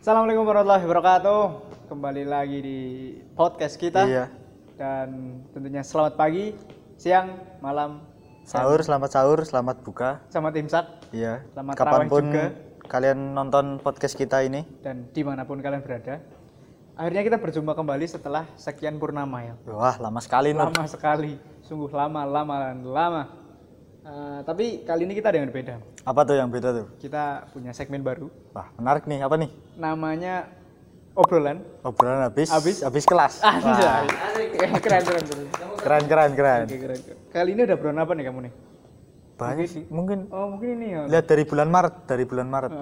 Assalamualaikum warahmatullahi wabarakatuh. Kembali lagi di podcast kita. Iya. Dan tentunya selamat pagi, siang, malam, Sahur, selamat sahur, selamat buka. sama tim Sak Iya. Selamat terawih Kapanpun juga. kalian nonton podcast kita ini. dan dimanapun kalian berada. Akhirnya kita berjumpa kembali setelah sekian purnama ya. Wah, lama sekali Nur. Lama sekali, sungguh lama, lama, dan lama. Eh, tapi kali ini kita ada yang berbeda. Apa tuh yang beda tuh? Kita punya segmen baru, Wah, menarik nih. Apa nih? namanya obrolan. Obrolan habis Habis? Ah. habis kelas. Anjay. Keren, keren, keren. Keren keren keren. Oke, keren, keren. Kali ini udah obrolan apa nih kamu nih? Banyak sih. mungkin Oh mungkin ini ya. lihat dari bulan Maret, dari bulan Maret. Eh,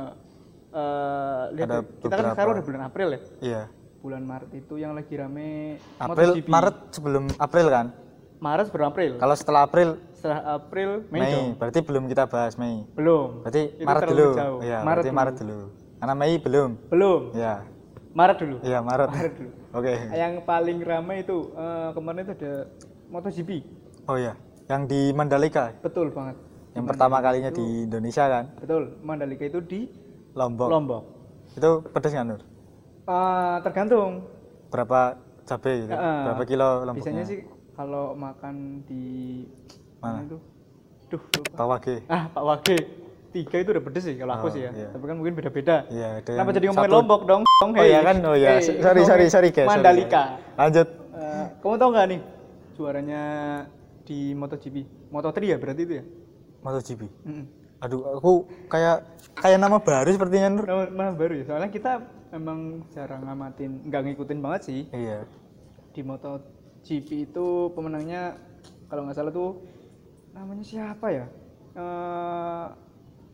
eh, lihat Ada deh. kita kan beberapa. sekarang udah bulan April ya. Iya. Bulan Maret itu yang lagi rame April MotoGP. Maret sebelum April kan? Maret sebelum April. Kalau setelah April Setelah April Mei, Mei, dong. berarti belum kita bahas Mei. Belum. Berarti Itu Maret terlalu dulu. jauh. Iya, Maret berarti dulu. Maret dulu. Karena Mei belum. Belum. Iya. Maret dulu. Iya, Maret. Maret dulu. Oke. Yang paling rame itu eh, kemarin itu ada MotoGP. Oh iya, yang di Mandalika, Betul banget. yang pertama kalinya di Indonesia kan, Betul. Mandalika itu di Lombok. Lombok. Itu pedes nggak Nur? Eh, tergantung. Berapa cabe gitu? Heeh. Berapa kilo Biasanya lomboknya? sih kalau makan di Mana? itu? Duh, lupa. Tawage. Ah, Pak Wage. Tiga itu udah pedes sih kalau aku Oh, sih ya. iya. Tapi kan mungkin beda-beda. Iya, ada Kenapa yang jadi ngomongin satu- Lombok dong? dong, Oh hei. iya kan, oh iya. Hei, sorry sorry sorry guys. sorry. Mandalika. Lanjut. Eh, kamu tahu nggak nih juaranya di MotoGP? Moto3 ya berarti itu ya? MotoGP. Mm-mm. Aduh, aku kayak kayak nama baru sepertinya Nur. Nama, nama baru ya. Soalnya kita emang jarang ngamatin, nggak ngikutin banget sih Iya. di MotoGP itu pemenangnya kalau nggak salah tuh namanya siapa ya? Eh,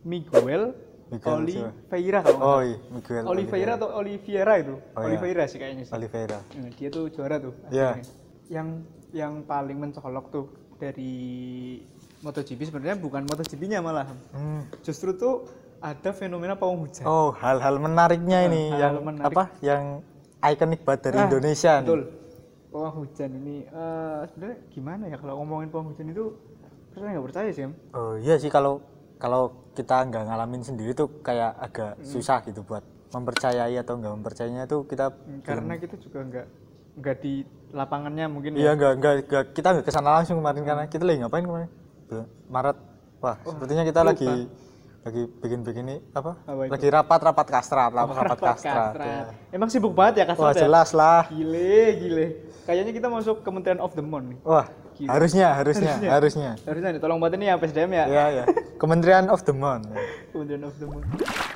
Miguel, Miguel siapa? Oliveira kalau nggak Oh iya, Miguel. Oliveira atau Oliveira itu? Oh, iya. Oliveira sih kayaknya sih. Oliveira. Nah, dia tuh juara tuh. Iya. akhirnya. Yang yang paling mencolok tuh dari MotoGP sebenarnya bukan MotoGP-nya malah. Hmm. Justru tuh ada fenomena pawang hujan. Oh, hal-hal menariknya ini Hal-hal yang menarik. apa? Yang ikonik banget dari Ah, Indonesia nih. Betul. Pawang hujan ini eh, sebenarnya gimana ya kalau ngomongin pawang hujan itu percaya nggak percaya sih? Em? Oh iya sih kalau kalau kita nggak ngalamin sendiri tuh kayak agak Hmm. susah gitu buat mempercayai atau nggak mempercayainya tuh kita Karena kita juga nggak nggak di lapangannya mungkin ya. iya nggak nggak nggak- kita nggak kesana langsung kemarin karena kita lagi ngapain kemarin Bulan Maret wah sepertinya kita Oh, lupa. lagi lagi bikin bikin ini apa, Apa itu? Oh, lagi rapat rapat kastrat rapat rapat kastrat kastrat. Emang sibuk banget ya ya. wah kastrat. ya? jelas lah Gile, gile. Kayaknya kita masuk Kementerian of the Moon. nih. wah Gila. harusnya harusnya harusnya Harusnya nih, tolong bantu nih ya PSDM ya. ya ya Kementerian of the Moon Kementerian of the Moon.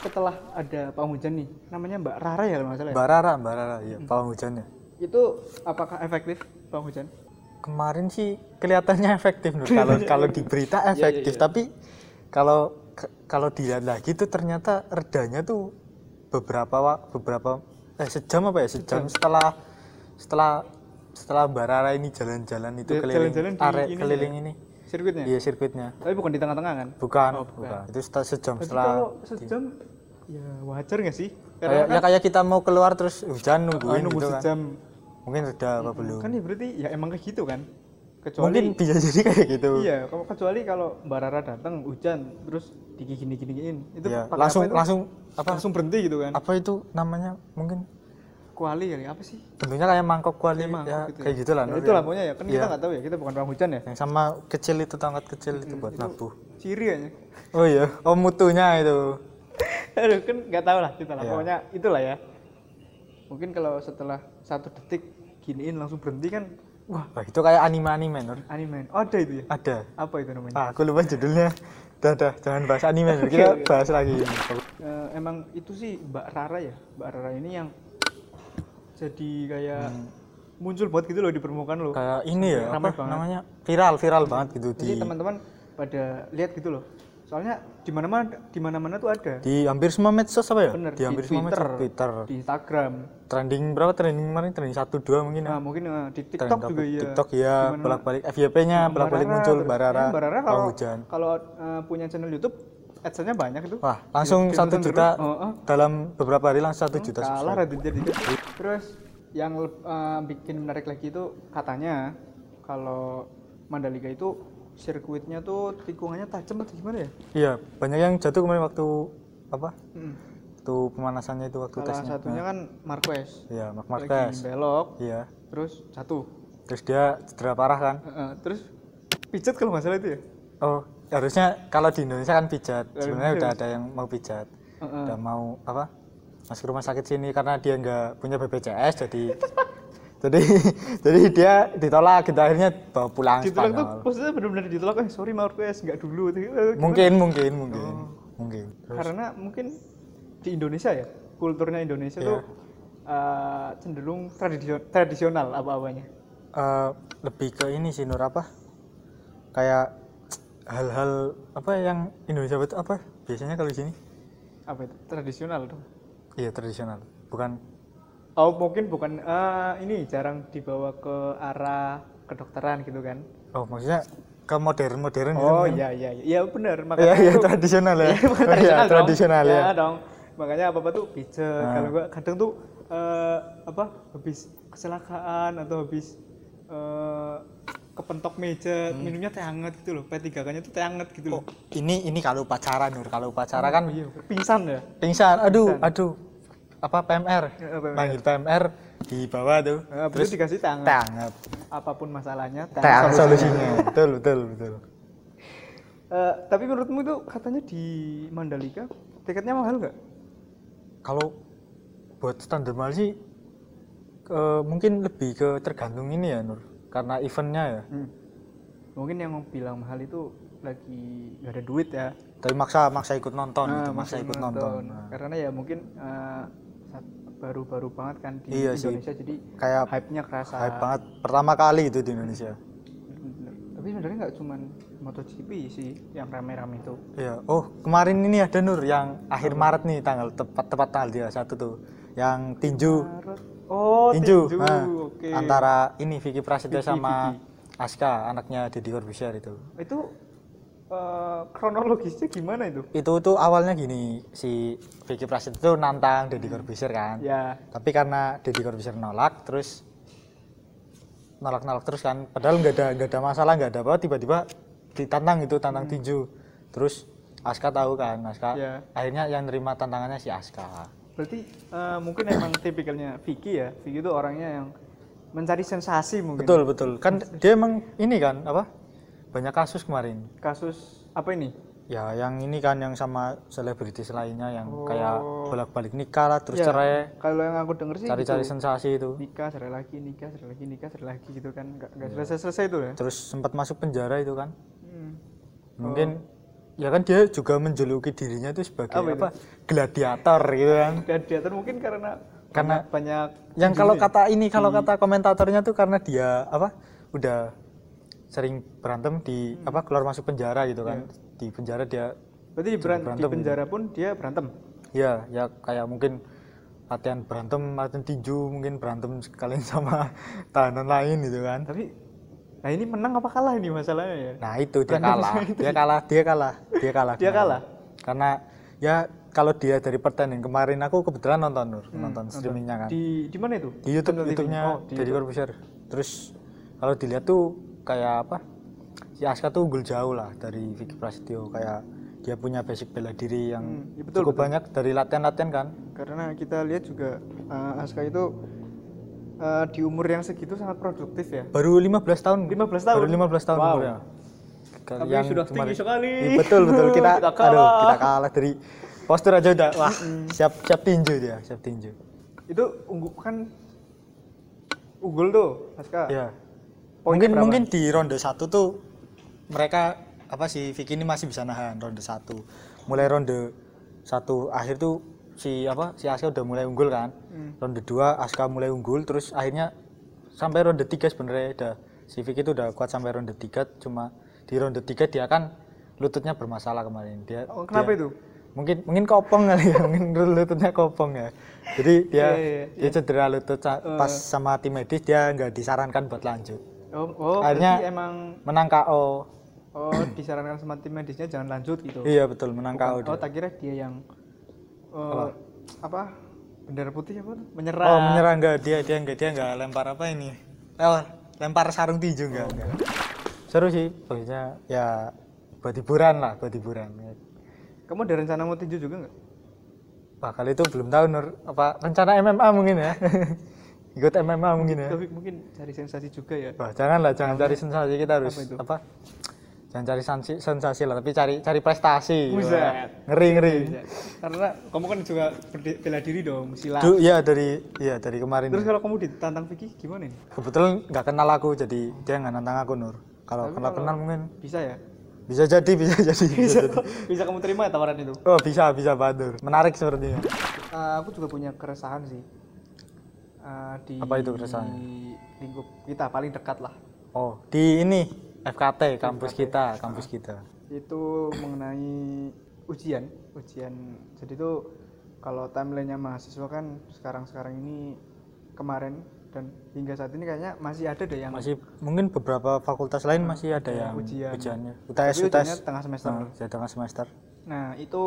Setelah ada Pak Hujan nih, namanya Mbak Rara ya kalau nggak salah ya? Mbak Rara Mbak Rara iya Hmm. pawang hujannya Itu apakah efektif Pak Hujan? kemarin sih kelihatannya efektif Nur. Kalau kalau di Iya, berita efektif, tapi kalau k- kalau dilihat lagi tuh ternyata redanya tuh beberapa wa- beberapa eh sejam apa ya sejam setelah setelah setelah Mbak Rara ini jalan-jalan itu Ja- keliling Ya, jalan-jalan di area ini ya. keliling ini. Sirkuitnya? Iya sirkuitnya. Tapi bukan di tengah-tengah kan? Bukan, Oh, bukan. bukan. Itu setelah sejam Tapi setelah kalau sejam, ya wajar nggak sih? kayak Karena ya kayak kita mau keluar terus hujan kan nungguin nunggu gitu kan. sejam. Mungkin reda apa belum. Kan ya berarti ya emang kayak gitu kan? Kecuali Mungkin bisa jadi kayak gitu. Iya, kalau- kecuali kalau Mbak Rara datang hujan terus digini gini giniin itu Iya, pakai Langsung apa itu? langsung apa langsung berhenti gitu kan? apa itu namanya mungkin Kuali kali apa sih? bentuknya kayak mangkok kuali Emang ya, gitu kayak gitulah Ya, Nur, itulah ya. pokoknya ya kan Iya. kita nggak tahu ya kita bukan orang hujan ya yang sama kecil itu tongkat kecil itu buat nabuh ciri aja oh iya oh mutunya itu aduh kan nggak tahu lah kita lah Iya. pokoknya itulah ya mungkin kalau setelah satu detik giniin langsung berhenti kan wah Wah, itu kayak anime anime Nur anime oh, ada itu ya ada apa itu namanya ah, aku lupa judulnya udah udah jangan bahas anime Nur. kita bahas lagi ini. Eh, emang itu sih Mbak Rara ya Mbak Rara ini yang jadi kayak Hmm. muncul buat gitu loh di permukaan loh kayak ini ya Ramai apa banget. namanya viral viral banget gitu di jadi teman-teman pada lihat gitu loh soalnya di mana-mana di mana-mana tuh ada di hampir semua medsos apa ya bener di hampir semua Twitter, medsos Twitter di Instagram trending berapa trending kemarin trending satu dua mungkin ya. nah mungkin eh, di TikTok Trending juga ya TikTok ya bolak balik FYP nya bolak balik Iya, muncul barara Iya, kalau Bang hujan kalau eh, punya channel YouTube adsense-nya banyak itu Wah, langsung Di- di- satu di- juta oh, oh. dalam beberapa hari langsung satu juta kalah subscribe. Raditya Dika. terus yang eh, bikin menarik lagi itu katanya kalau Mandalika itu sirkuitnya tuh tikungannya tajam atau gimana ya Iya, banyak yang jatuh kemarin waktu apa? Mm. waktu pemanasannya itu waktu Salah tesnya satunya kan Marquez. ya Mark Lagi Ah. Marquez belok, iya terus jatuh. terus dia cedera parah kan Eh, eh, terus pijat kalau nggak salah itu ya? oh harusnya kalau di Indonesia kan pijat Dari sebenarnya Indonesia udah ada yang mau pijat Eh, eh. udah mau apa masuk rumah sakit sini karena dia nggak punya BPJS jadi jadi jadi dia ditolak gitu akhirnya bawa pulang Ditolak tuh Spanyol maksudnya benar-benar ditolak. Eh, sorry Marquez, nggak dulu. Gitu. mungkin mungkin mungkin Oh. mungkin karena mungkin di Indonesia ya kulturnya Indonesia Iya. tuh eh, cenderung tradisio- tradisional apa-apanya Eh, lebih ke ini sih Nur apa kayak hal-hal apa yang Indonesia itu apa biasanya kalau di sini apa itu tradisional tuh iya tradisional bukan oh mungkin bukan eh, ini jarang dibawa ke arah kedokteran gitu kan oh maksudnya ke modern modern oh gitu mungkin. iya iya iya benar iya makanya iya tuh- tradisional ya Iya, bukan Iya, tradisional, dong. tradisional ya dong makanya apa apa tuh pijet kalau gua kadang tuh eh, apa habis kecelakaan atau habis eh, kepentok meja minumnya teh hangat gitu loh P3K nya tuh teh hangat gitu loh Oh, ini ini kalau upacara Nur kalau Oh upacara kan iya, pingsan ya? pingsan aduh aduh Iya, apa PMR Ya, PMR. manggil PMR di bawah tuh Terus Eh, dikasih tangan. teh hangat Apapun masalahnya, tangan teh hangat solusi. solusinya betul betul betul Eh, tapi menurutmu itu katanya di Mandalika tiketnya mahal nggak? kalau buat standar mahal sih eh, mungkin lebih ke tergantung ini ya Nur karena eventnya ya Mungkin yang bilang mahal itu lagi nggak ada duit ya. tapi maksa maksa ikut nonton Nah, gitu, maksa masih ikut nonton, Nah, Karena ya mungkin eh, saat- baru-baru banget kan di Iya sih. Indonesia jadi kayak hype-nya kerasa. hype banget pertama kali itu di Indonesia Bener. Tapi sebenarnya nggak cuman MotoGP sih yang rame-rame itu. Iya. Oh, kemarin ini ada Nur yang akhir Maret nih tanggal tepat tepat tanggal 31 tuh. Yang tinju, Maret. Oh, tinju. tinju. Nah, Oke. Antara ini Vicky Prasetyo Vicky, sama Aska, anaknya Deddy Corbuzier itu. itu eh, kronologisnya gimana itu? Itu tuh awalnya gini, si Vicky Prasetyo tuh nantang Deddy Corbuzier kan. Ya, Tapi karena Deddy Corbuzier nolak, terus nolak-nolak terus kan. Padahal nggak ada nggak ada masalah, nggak ada apa, tiba-tiba ditantang itu tantang Hmm. tinju. Terus Aska tahu kan, Aska. Iya. Akhirnya yang nerima tantangannya si Aska. berarti eh, mungkin emang tipikalnya Vicky ya. Vicky itu orangnya yang mencari sensasi mungkin. Betul betul. Kan dia emang ini kan apa? Banyak kasus kemarin. Kasus apa ini? Ya yang ini kan yang sama selebritis lainnya yang Oh. kayak bolak-balik nikah lah terus Ya, cerai, Kalau yang aku denger sih cari-cari gitu. sensasi itu. nikah cerai lagi, nikah cerai lagi, nikah cerai lagi gitu kan. Nggak nggak selesai-selesai itu ya. Terus sempat masuk penjara itu kan. Hmm. Mungkin ya kan dia juga menjuluki dirinya itu sebagai Apa apa? itu? Gladiator gitu kan. Gladiator mungkin karena Karena- banyak, banyak Yang kalau kata ini kalau Hmm. kata komentatornya tuh karena dia apa? Udah sering berantem di Hmm. apa keluar masuk penjara gitu kan. Ya. Di penjara dia berarti di, beran- di penjara pun dia berantem. Ya, ya kayak mungkin latihan berantem, latihan tinju, mungkin berantem sekalian sama tahanan lain gitu kan. Tapi nah ini menang apa kalah ini masalahnya ya? Nah, itu dia kalah. Dia kalah, dia kalah, dia kalah. Nah, Dia kalah. Karena ya kalau dia dari pertandingan kemarin aku kebetulan nonton Nur, nonton streamingnya kan. Di, Hmm, Di di mana itu? YouTube Channel TV. YouTube-nya Oh, di dari Corbuzier. Terus kalau dilihat tuh kayak apa? Si Aska tuh unggul jauh lah dari Vicky Prasetyo kayak dia punya basic bela diri yang Hmm, ya betul, cukup banyak dari latihan-latihan kan. karena kita lihat juga eh, Aska itu eh, di umur yang segitu sangat produktif ya baru 15 tahun 15 tahun? baru 15 tahun Wow. umurnya Ke- Tapi sudah tinggi sekali. Iya, betul betul kita, Kita kalah. aduh kita kalah dari postur aja udah wah siap siap tinju dia siap tinju itu unggul kan unggul tuh Aska ya Poinnya mungkin berapa? mungkin di ronde satu tuh mereka apa sih Vicky ini masih bisa nahan ronde satu mulai ronde satu akhir tuh si apa si Aska udah mulai unggul kan Hmm. ronde dua Aska mulai unggul terus akhirnya sampai ronde tiga sebenarnya udah si Vicky itu udah kuat sampai ronde tiga cuma di ronde tiga dia kan lututnya bermasalah kemarin dia Oh, kenapa dia- itu mungkin mungkin kopong kali ya mungkin lututnya kopong ya jadi dia Iya, iya, dia cedera lutut sa- pas sama tim medis dia nggak disarankan buat lanjut oh, oh Akhirnya- berarti emang menang KO oh disarankan sama tim medisnya jangan lanjut gitu iya betul menang oh KO dia. tak kira dia yang eh, apa bendera putih apa tuh? menyerah oh menyerang nggak dia dia nggak dia nggak lempar apa ini oh lempar sarung tinju nggak nggak. seru sih pokoknya ya buat hiburan lah buat hiburan kamu ada rencana mau tinju juga nggak Wah, kali itu belum tahu Nur apa rencana MMA mungkin ya. Ikut MMA mungkin ya. Tapi mungkin cari sensasi juga ya. Wah, janganlah, jangan cari sensasi kita harus Apa itu? apa? Jangan cari sensi- sensasi lah, tapi cari cari prestasi. Buset. Wah, Ngeri ngeri. Iya. Karena kamu kan juga berdi- bela diri dong, silat. Duh, ya dari ya dari kemarin. Terus kalau kamu ditantang Vicky gimana nih? Kebetulan nggak kenal aku, jadi dia nggak nantang aku Nur. Kalau kalau kenal mungkin Bisa ya? bisa jadi, bisa jadi. Bisa. jadi. Bisa kamu terima ya tawaran itu? Oh bisa bisa Badur. Menarik sepertinya. Eh, aku juga punya keresahan sih. Eh, di Apa itu keresahannya? di lingkup kita paling dekat lah. Oh di ini FKT kampus kita, kampus kita. Itu mengenai ujian, ujian. Jadi itu kalau timelinenya mahasiswa kan sekarang-sekarang ini kemarin dan hingga saat ini kayaknya masih ada deh yang Masih mungkin beberapa fakultas lain masih ada yang Iya, ujian. ujiannya. tapi UTS UTS. ujiannya tengah semester. Nah, di tengah semester. Nah, itu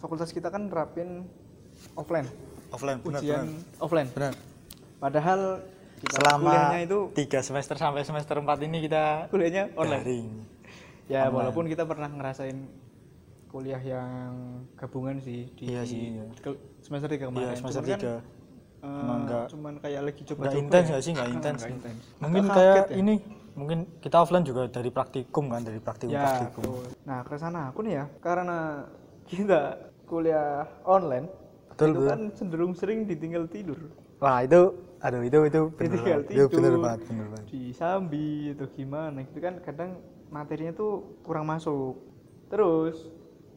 fakultas kita kan nerapin offline, Offline. ujian offline. Benar. Padahal kita Selama kuliahnya itu tiga semester sampai semester 4 ini kita kuliahnya online. daring. Iya, Ya, walaupun kita pernah ngerasain kuliah yang gabungan sih di Iya sih, iya. ke- semester 3 kemarin. Iya semester Cuman kan, tiga. eh, Emang nggak- cuman kayak lagi coba Nggak intens nggak sih? Nggak intens. Mungkin Agak kayak kaget ya. ini mungkin kita offline juga dari praktikum kan dari praktikum Ya, praktikum. betul. Nah, kesana aku nih ya, karena kita kuliah online, Betul, itu betul. kan cenderung sering ditinggal tidur. Wah itu, aduh itu itu bener Ditinggal banget. Itu bener tidur. banget, bener banget. disambi atau gimana itu kan kadang materinya tuh kurang masuk terus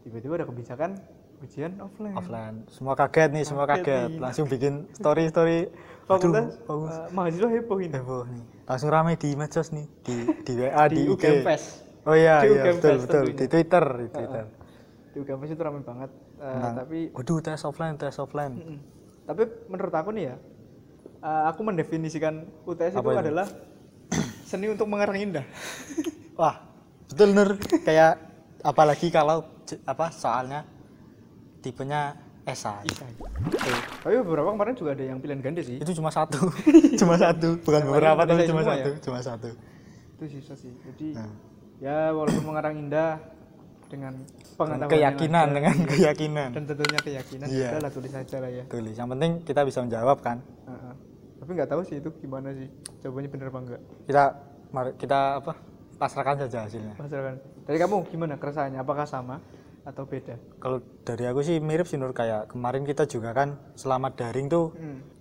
tiba-tiba ada kebijakan ujian offline, Offline, semua kaget nih, semua Hmm. Kaget kaget. nih. Langsung bikin story story. fakultas bagus. eh, mahasiswa heboh ini Heboh nih. Langsung rame di medsos nih, di di WA, ah, di, di IG. UGM Fest Oh iya, Di iya UGM betul Fest betul. tentunya. Di Twitter, di Twitter. di UGM Fest itu ramai banget Eh, Tentang, tapi waduh tes offline, tes offline. mm, tapi menurut aku nih ya eh, aku mendefinisikan UTS itu, Apa itu? adalah seni untuk mengarang indah Hmm. Wah, betul Nur. Kayak apalagi kalau j- apa soalnya tipenya esai. Iya. Tuh. tapi beberapa kemarin juga ada yang pilihan ganda sih Itu cuma satu, cuma satu, bukan beberapa tapi esai cuma semua ya? satu, cuma satu. itu susah sih jadi Nah. ya walaupun mengarang indah dengan pengetahuan yang keyakinan ada, dengan keyakinan dan tentunya keyakinan Iya. ya udahlah tulis aja lah ya tulis yang penting kita bisa menjawab kan Heeh. tapi nggak tahu sih itu gimana sih jawabannya bener apa enggak kita mari- kita apa pasrahkan saja hasilnya masalahkan dari kamu gimana keresahannya apakah sama atau beda kalau dari aku sih mirip sih Nur kayak kemarin kita juga kan selama daring tuh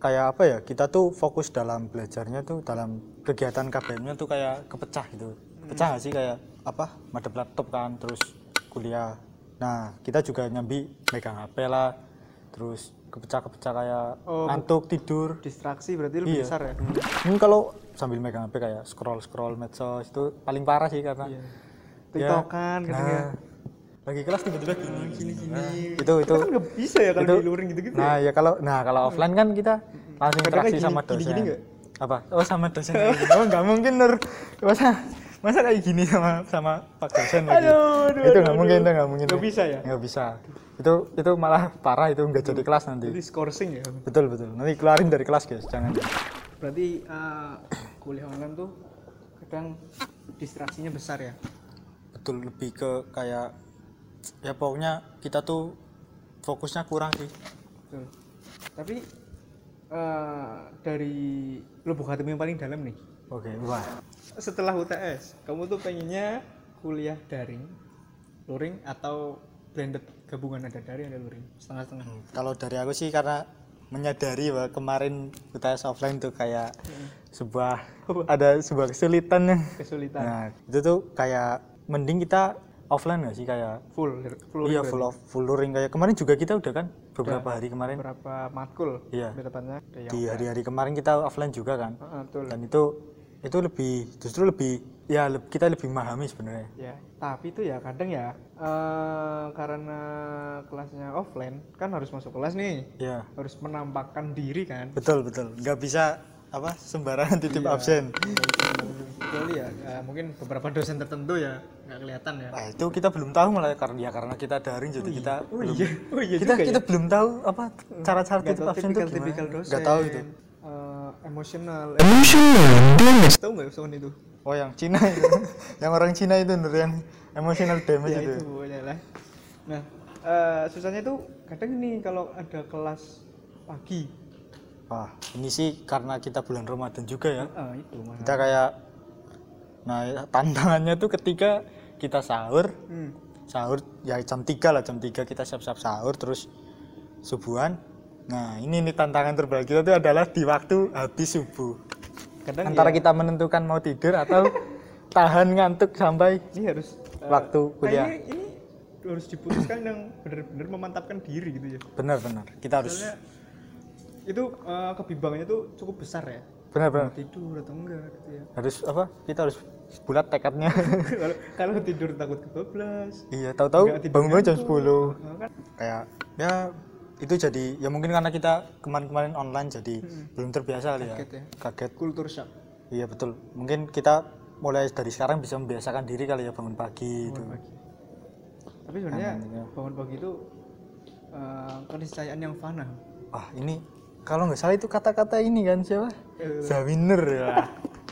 kayak apa ya kita tuh fokus dalam belajarnya tuh dalam kegiatan KBM-nya tuh kayak kepecah gitu kepecah nggak sih kayak apa madep laptop kan terus kuliah nah kita juga nyambi megang HP lah terus kepecah-kepecah kayak Oh. ngantuk tidur distraksi berarti lebih Iya. besar ya Mungkin kalau sambil megang HP kayak scroll scroll medsos itu paling parah sih karena iya. ya, tiktokan gitu nah, katanya lagi kelas tiba-tiba gini gini, Nah, itu itu kan nggak bisa ya kalau itu- diluring gitu gitu nah ya kalau nah kalau offline kan kita langsung Kadang interaksi kayak sama Hmm. gini- dosen gini-gini nggak? apa oh sama dosen kayak gini. oh nggak mungkin nur masa masa kayak gini sama sama pak dosen lagi Aduh, aduh, aduh, itu nggak aduh. mungkin itu nggak mungkin Nggak bisa ya? Hmm. nggak bisa itu itu malah parah itu nggak jadi kelas nanti jadi skorsing ya betul betul nanti keluarin dari kelas guys jangan berarti eh, kuliah online tuh kadang distraksinya besar ya betul lebih ke kayak ya pokoknya kita tuh fokusnya kurang sih Betul. Tapi eh, dari lubuk hatimu yang paling dalam nih, oke wah setelah UTS, kamu tuh pengennya kuliah daring, luring atau blended gabungan ada daring ada luring, setengah-setengah. kalau dari aku sih karena menyadari bahwa kemarin UTS offline tuh kayak sebuah ada sebuah kesulitan yang Kesulitan. nah itu tuh kayak mending kita offline gak sih kayak Full, full iya full off full luring kayak kemarin juga kita udah kan beberapa hari kemarin berapa matkul? Iya. lebih tepatnya ada yang- di hari-hari kemarin kita offline juga kan Heeh, betul. dan itu itu lebih justru lebih ya le- kita lebih memahami sebenarnya Ya, tapi itu ya kadang ya eh, karena kelasnya offline kan harus masuk kelas nih, ya harus menampakkan diri kan. Betul betul. Nggak bisa apa Iya. sembarangan titip absen. Kecuali ya, ya mungkin beberapa dosen tertentu ya nggak kelihatan ya. Nah, itu kita belum tahu malah karena ya karena kita daring jadi kita Oh belum- iya, oh iya kita juga kita belum tahu apa cara-cara Nggak titip tahu absen itu tipikal-tipikal gimana. dosen. Nggak tahu itu. Eh, emosional. Emosional damage. Tahu nggak sound itu? Oh yang Cina itu. yang orang Cina itu Nur yang emotional damage Ya itu. itu boleh lah. Nah, eh, susahnya itu kadang ini kalau ada kelas pagi Wah, ini sih karena kita bulan Ramadan juga ya. eh, itu malah Kita kayak nah tantangannya tuh ketika kita sahur, Hmm. sahur ya jam 3 lah, jam 3 kita siap-siap sahur terus subuhan. Nah, ini nih tantangan terberat kita tuh adalah di waktu habis subuh. kadang Antara ya, kita menentukan mau tidur atau tahan ngantuk sampai ini harus eh, waktu kuliah. kayaknya ini harus diputuskan yang benar-benar memantapkan diri gitu ya Benar-benar. Kita harus soalnya itu eh, kebimbangannya tuh cukup besar ya benar-benar tidur atau enggak gitu ya harus apa? Kita harus bulat tekadnya. kalau kalau tidur takut kebablas iya, tahu-tahu Nggak, tidurnya bangun-bangun jam tuh. 10. Nah, kan kayak ya itu jadi ya mungkin karena kita kemarin-kemarin online jadi belum terbiasa kali Hmm. ya Kaget ya. kaget kultur shock iya betul mungkin kita mulai dari sekarang bisa membiasakan diri kali ya bangun pagi itu bangun pagi tapi sebenarnya Tantangannya. bangun pagi itu eh, keniscayaan yang fana wah ini kalau nggak salah itu kata-kata ini kan siapa Eh, Zawiner ya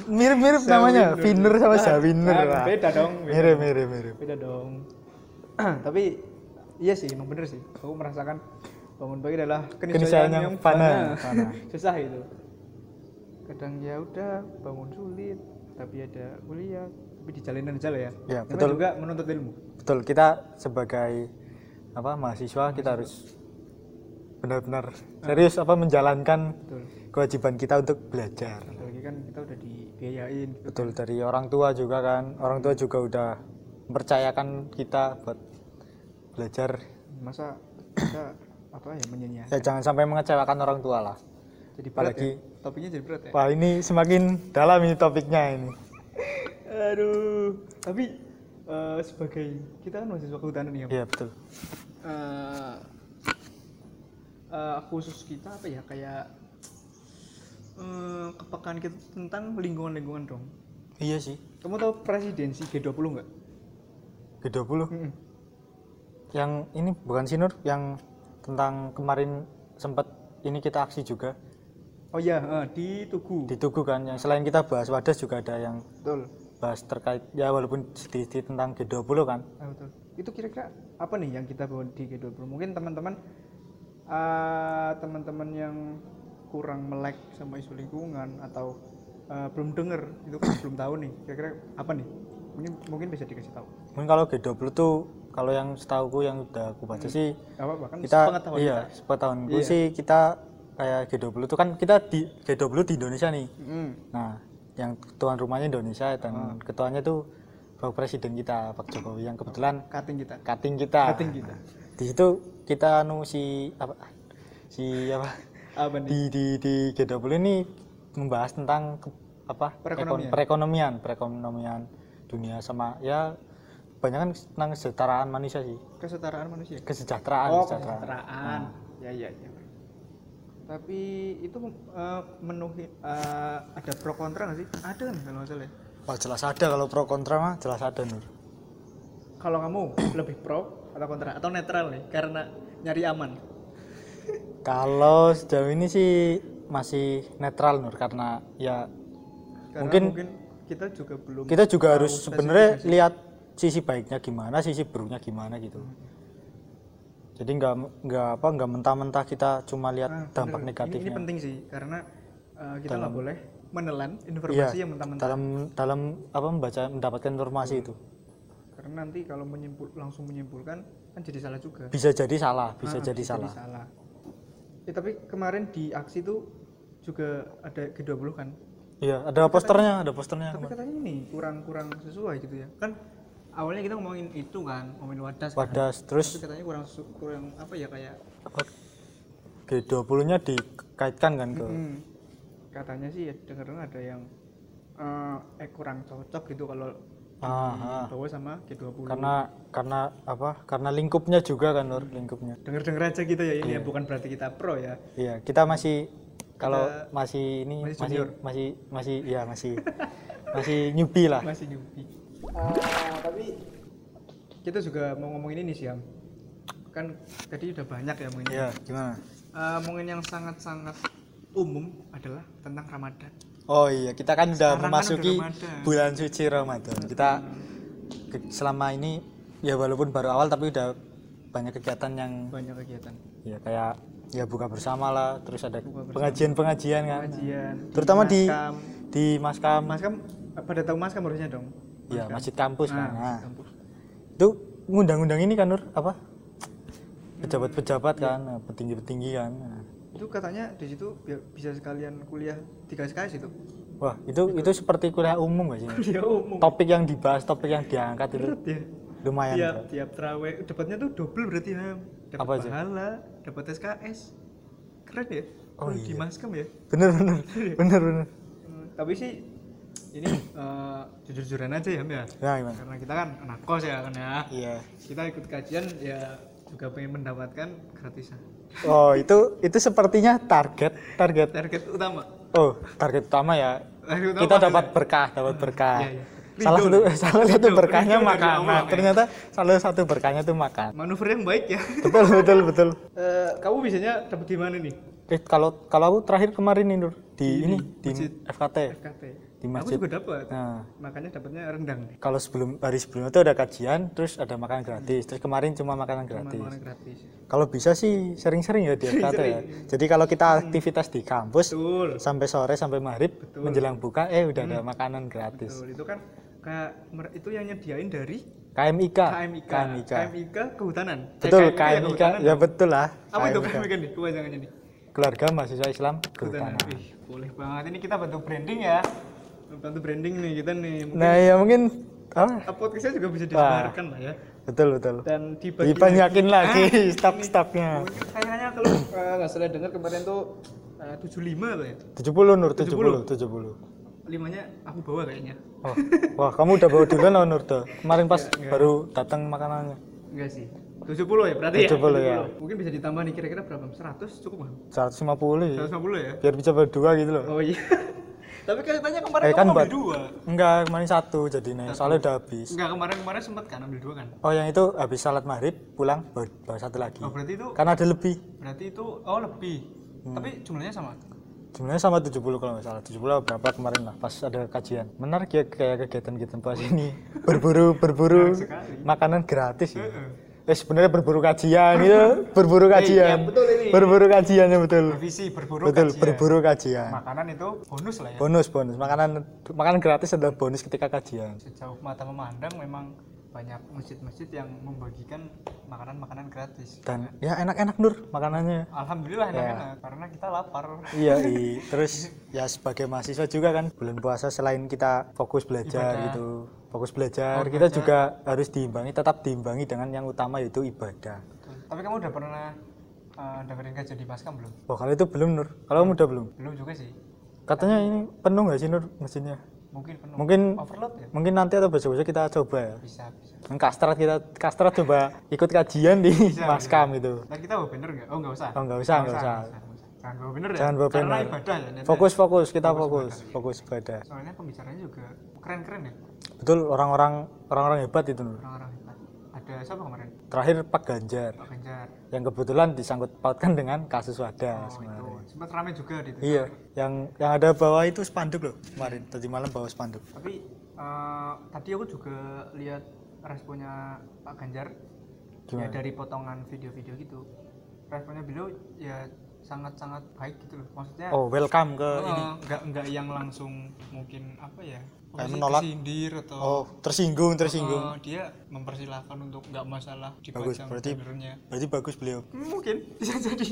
mirip-mirip namanya Viner sama Ah, Zawiner ah, lah beda dong beda, mirip mirip mirip beda dong tapi iya sih emang bener sih aku merasakan bangun pagi adalah Keniscayaan keniscayaan yang yang, fana. fana, Fana. susah itu kadang ya udah bangun sulit tapi ada kuliah tapi dijalanin aja lah ya Namanya Ya, betul. juga menuntut ilmu betul kita sebagai apa mahasiswa kita harus benar-benar Ah. serius apa menjalankan betul kewajiban kita untuk belajar apalagi kan kita udah dibiayain gitu betul dari orang tua juga kan orang tua juga udah mempercayakan kita buat belajar masa kita apa ya menyanyi ya jangan sampai mengecewakan orang tua lah jadi berat apalagi- ya topiknya jadi berat ya wah ini semakin dalam ini topiknya ini aduh tapi eh, sebagai kita kan mahasiswa kehutanan nih ya iya betul eh eh, khusus kita apa ya kayak eh, kepekaan kita tuh tentang lingkungan-lingkungan dong. iya sih Kamu tahu presidensi G20 nggak? G20 Mm-mm. yang ini bukan sinur yang tentang kemarin sempat ini kita aksi juga Oh iya, eh, di Tugu. di Tugu kan yang selain kita bahas wadas juga ada yang Betul. bahas terkait ya walaupun sedikit tentang G20 kan Ah, betul. Itu kira-kira apa nih yang kita bawa di G20? Mungkin teman-teman eh, teman-teman yang kurang melek sama isu lingkungan atau eh, belum denger itu kan belum tahu nih kira-kira apa nih mungkin mungkin bisa dikasih tahu mungkin kalau G20 tuh kalau yang setauku yang udah aku baca sih apa apa kan kita sepengetahuan iya kita. sepengetahuanku Iya. sih kita kayak G20 itu kan kita di G20 di Indonesia nih Mm. nah yang tuan rumahnya Indonesia dan Hmm. ketuanya tuh Bapak Presiden kita Pak Jokowi yang kebetulan cutting kita kating kita Cutting kita. di situ kita anu si apa si apa apa nih di di di G20 ini membahas tentang ke- apa Perekonomian. ekon- perekonomian perekonomian dunia sama ya kebanyakan tentang kesetaraan manusia sih kesetaraan manusia kesejahteraan oh kesejahteraan. kesetaraan Hmm. ya ya ya tapi itu eh, menuhi eh, ada pro kontra nggak sih ada kan kalau nggak salah ya? Wah jelas ada kalau pro kontra mah jelas ada Nur. kalau kamu lebih pro atau kontra atau netral nih karena nyari aman Kalau sejauh ini sih masih netral Nur karena ya karena mungkin, Mungkin- kita juga belum kita juga harus spesifik sebenarnya lihat sisi baiknya gimana, sisi buruknya gimana gitu. Jadi nggak nggak apa nggak mentah-mentah kita cuma lihat Ah, dampak bener. Ini- ini, negatifnya. penting sih karena eh, kita nggak boleh menelan Iya, informasi yang mentah-mentah Hmm. dalam dalam apa membaca mendapatkan informasi itu karena nanti kalau menyimpul langsung menyimpulkan kan jadi salah juga bisa jadi salah, bisa Ah, jadi salah. Ya, tapi kemarin di aksi tuh juga ada G20 kan. Iya, ada posternya, ada posternya. Tapi katanya ini kurang-kurang sesuai gitu ya. Kan awalnya kita ngomongin itu kan, ngomongin wadas. kan. Wadas terus Tapi katanya kurang sesu- kurang apa ya kayak apa, G20-nya dikaitkan kan ke hmm, katanya sih ya denger ada yang eh, eh kurang cocok gitu kalau Ah, ah. bawa sama G20. karena karena apa? Karena lingkupnya juga kan Nur, lingkupnya. Denger-denger aja gitu ya ini ya bukan berarti kita pro ya. Iya, kita masih kalau masih ini masih masih junior. masih masih ya masih masih newbie lah. Masih newbie. Ah, tapi kita juga mau ngomongin ini sih, Am. Kan tadi udah banyak ya ngomongin. Iya, gimana? Eh, mungkin yang sangat-sangat umum adalah tentang Ramadan. Oh iya, kita kan Sekarang udah kan memasuki udah Ramadan. bulan suci Ramadan. Kita ke- selama ini ya walaupun baru awal tapi udah banyak kegiatan yang banyak kegiatan ya kayak ya buka bersama lah terus ada Buka bersama. pengajian-pengajian kan pengajian terutama di maskam. di maskam maskam pada tahu maskam harusnya dong Ah, ya masjid kampus kan nah, kampus. itu ngundang-undang ini kan Nur apa Hmm. pejabat-pejabat kan nah, petinggi-petinggi kan Nah, itu katanya di situ biar bisa sekalian kuliah tiga SKS itu wah itu itu seperti kuliah umum gak sih Nur? kuliah umum topik yang dibahas topik yang diangkat itu Berat ya lumayan tiap berat. tiap trawe dapatnya tuh double berarti ham dapat Apa aja? pahala dapat SKS keren ya Oh, Kudu di maskam ya bener bener bener bener Hmm, tapi sih ini jujur jujuran aja ya Ham, ya nah gimana karena kita kan anak kos ya kan ya iya kita ikut kajian ya juga pengen mendapatkan gratisan oh itu itu sepertinya target target target utama oh target utama ya target utama kita dapat berkah dapat berkah Iya, iya. salah Ridho, satu salah satu Ridho, berkahnya ridho dari Allah, makanan ya. ternyata salah satu berkahnya tuh makan manuver yang baik ya betul betul betul Eh, kamu biasanya dapat di mana nih eh kalau kalau aku terakhir kemarin nih Nur di ini di masjid. FKT FKT Di aku masjid. juga dapat nah makanya dapatnya rendang nih kalau sebelum hari sebelumnya tuh ada kajian terus ada makan gratis terus kemarin cuma makanan gratis makanan gratis kalau bisa sih sering-sering ya di FKT ya jadi kalau kita aktivitas di kampus Hmm. betul sampai sore sampai maghrib Betul. Hmm. menjelang buka eh udah ada makanan gratis betul itu kan kayak mer- itu yang nyediain dari KMIK KMIK KMIK, kehutanan Eh, betul ya KMIK kehutanan. ya betul lah apa itu KMIK. KMIK nih kepanjangannya nih keluarga mahasiswa Islam kehutanan Ih, boleh banget ini kita bantu branding ya bantu branding nih kita nih mungkin nah ya mungkin ah podcastnya juga bisa disebarkan lah ya betul betul dan dibagi dibanyakin lagi Ah. staf-stafnya Mungkin kayaknya kalau eh, nggak salah dengar kemarin tuh eh, 75 lah ya 70 Nur 70 70 limanya aku bawa kayaknya Oh, wah kamu udah bawa duluan loh Nur tuh. Kemarin pas Iya, baru datang makanannya. enggak sih 70 ya berarti ya 70 ya. Iya. mungkin bisa ditambah nih kira-kira berapa 100 cukup kan 150 ya. 150 ya Biar bisa berdua gitu loh. oh iya tapi katanya kemarin Eh, kamu kan ambil buat- dua Enggak, kemarin satu jadinya. Soalnya udah habis. enggak kemarin kemarin sempat kan ambil dua kan Oh, yang itu habis salat maghrib pulang baru bawa satu lagi. oh berarti itu Karena ada lebih. berarti itu oh lebih Hmm. tapi jumlahnya sama Jumlahnya sama 70 kalau nggak salah. 70 apa berapa kemarin lah pas ada kajian. Menarik ya kayak kegiatan kita pas ini. Berburu berburu sekali. makanan gratis ya. Eh sebenarnya berburu kajian itu berburu Iya, kajian. Eh, betul ini. Berburu kajian ya betul. revisi berburu Betul, kajian. berburu kajian. makanan itu bonus lah ya bonus bonus makanan makanan gratis adalah bonus ketika kajian sejauh mata memandang memang banyak masjid-masjid yang membagikan makanan-makanan gratis dan ya enak-enak nur makanannya Alhamdulillah Ya. enak-enak karena kita lapar. iya i. terus ya sebagai mahasiswa juga kan bulan puasa selain kita fokus belajar Ibadah. gitu fokus belajar kita juga harus diimbangi tetap diimbangi dengan yang utama yaitu ibadah Tapi kamu udah pernah eh, dengerin kajian di Maskam belum? wah kalau itu belum nur kalau kamu udah belum Belum juga sih. katanya ini penuh nggak sih nur mesinnya Mungkin penuh. mungkin overload ya? mungkin nanti atau besok besok kita coba ya Bisa, bisa. Yang kastrat kita kastrat coba ikut kajian di maskam gitu Nah, kita bawa bener nggak? Oh, nggak usah. Oh, nggak usah, nggak usah. nggak usah. Jangan bawa bener ya. Jangan bawa Karena bener. ibadah ya. Nanti. fokus fokus kita fokus fokus ibadah Soalnya pembicaranya juga keren-keren ya betul orang-orang orang-orang hebat itu Nur. orang-orang hebat. Ada siapa kemarin? terakhir Pak Ganjar Pak Ganjar. yang kebetulan disangkut pautkan dengan kasus Oh, wadah sebenarnya. itu. Sempat rame juga di Twitter. iya yang yang ada bawa itu spanduk loh kemarin tadi malam bawa spanduk Tapi eh, tadi aku juga lihat responnya Pak Ganjar ya gimana dari potongan video-video gitu responnya beliau ya sangat-sangat baik gitu loh maksudnya oh welcome ke eh, ini nggak nggak yang langsung mungkin apa ya Kayak posisi menolak. kesindir atau oh tersinggung eh, tersinggung dia mempersilahkan untuk nggak masalah Bagus, dipajang berarti- bannernya. berarti bagus beliau mungkin bisa jadi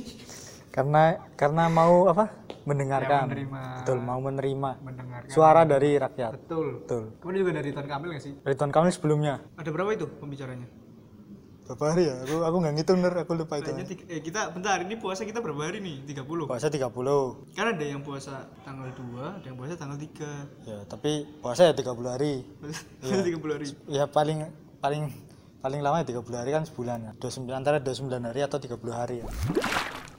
karena karena mau apa Ya, mendengarkan menerima. betul mau menerima mendengarkan suara dari rakyat betul betul kemudian juga dari Tuan Kamil nggak sih Ridwan Kamil sebelumnya ada berapa itu pembicaranya berapa hari ya aku aku nggak ngitung Nur aku lupa itu ya. Kayaknya tiga- eh, kita bentar ini puasa kita berapa hari nih 30 puasa 30 kan ada yang puasa tanggal 2 ada yang puasa tanggal 3 Ya, tapi puasa ya 30 hari. Ada 30 hari Ya paling paling paling lama ya 30 hari kan sebulan ya. 29 antara 29 hari atau 30 hari ya.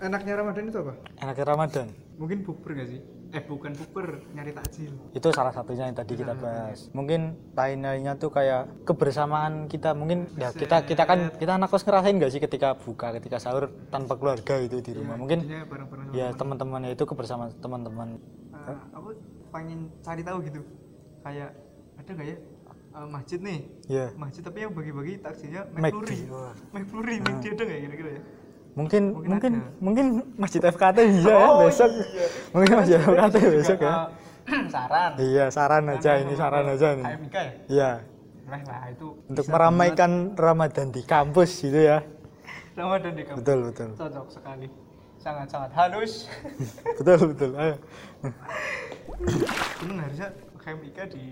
enaknya Ramadan itu apa? Enaknya Ramadan. Mungkin bukber gak sih? Eh bukan bukber, nyari takjil. Itu salah satunya yang tadi Hmm. kita bahas. Mungkin lain-lainnya tuh kayak kebersamaan kita. Mungkin ya kita kita kan kita anak kos ngerasain gak sih ketika buka, ketika sahur tanpa keluarga gitu di Iya. rumah. Mungkin Jadinya bareng-bareng. sama- ya teman-teman ya itu kebersamaan teman-teman. Eh, aku pengen cari tahu gitu. Kayak ada gak ya eh, masjid nih Iya. masjid tapi yang bagi-bagi takjilnya McD. McFlurry Wah. McFlurry Ah. McD ada nggak kira-kira ya Mungkin Mungkin mungkin ada. mungkin masjid FKT bisa ya Oh, besok. iya. Mungkin masjid Terus FKT juga, besok ya. eh, saran Iya, saran aja ini saran aja nih. KMIK ya Iya, boleh lah itu untuk bisa meramaikan Ramadan di kampus gitu ya. banget. Ramadan di kampus Betul, betul. cocok sekali sangat-sangat halus Betul, betul. Ayo. seneng harusnya KMIK di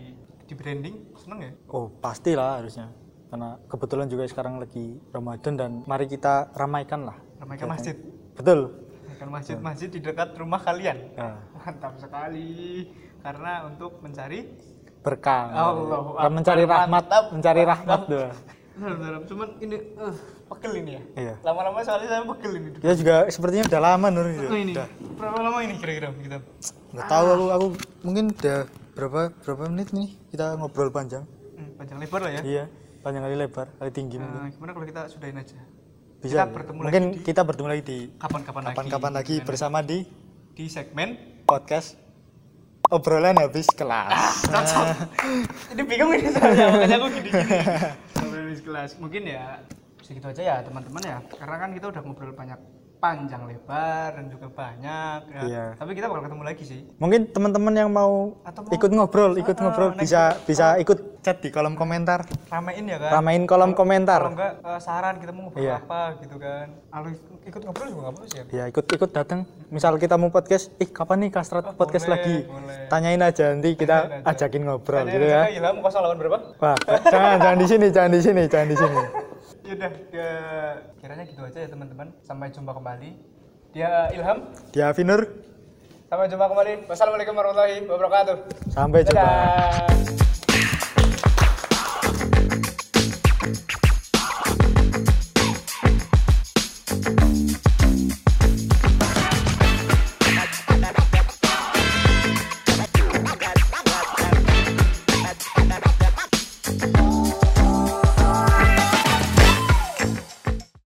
di branding seneng ya Oh, pastilah harusnya. Karena kebetulan juga sekarang lagi Ramadan dan mari kita ramaikan lah. ramaikan masjid Betul. ramaikan masjid-masjid di dekat rumah kalian Nah, mantap sekali karena untuk mencari berkah. Allahu Ra- mencari Akbar, rahmat, mantap, mencari rahmat mantap. doa. Bentar, bentar. cuman ini eh, pegel ini ya Iya. lama-lama soalnya saya pegel ini Kita juga sepertinya udah lama Nur. ya. Oh, ini Udah. berapa lama ini kira-kira kita Nggak tahu aku, aku mungkin udah berapa berapa menit nih kita ngobrol panjang. hmm, panjang lebar lah ya Iya, panjang kali lebar, kali tinggi mungkin. Eh, gimana kalau kita sudahin aja Bisa. ya. kita bertemu mungkin lagi di- kita bertemu lagi di kapan-kapan lagi kapan-kapan lagi Dengan- bersama di di segmen podcast obrolan habis kelas. cocok jadi bingung ini soalnya makanya aku gini-gini ngobrol di kelas mungkin ya segitu aja ya teman-teman ya karena kan kita udah ngobrol banyak panjang lebar dan juga banyak ya. Iya. tapi kita bakal ketemu lagi sih Mungkin teman-teman yang mau, Atau mau- ikut ngobrol, ikut Ah, ngobrol next bisa bisa ikut chat di kolom komentar. ramein ya kan Ramein kalau kolom komentar. enggak eh, saran kita mau ngobrol Iya. apa gitu kan Alif ikut ngobrol juga nggak apa-apa sih ya Ya ikut-ikut datang. Misal kita mau podcast, ih kapan nih Oh, kastrat podcast boleh, lagi? boleh. Tanyain aja nanti kita Tanyain aja. ajakin ngobrol Tadi gitu ada ya. juga Ilham kosong lawan berapa Wah, jangan jangan di sini, jangan di sini, jangan di sini. yaudah ya, kiranya gitu aja ya teman-teman sampai jumpa kembali dia Ilham Dia Finur, sampai jumpa kembali wassalamualaikum warahmatullahi wabarakatuh sampai jumpa. Dadah.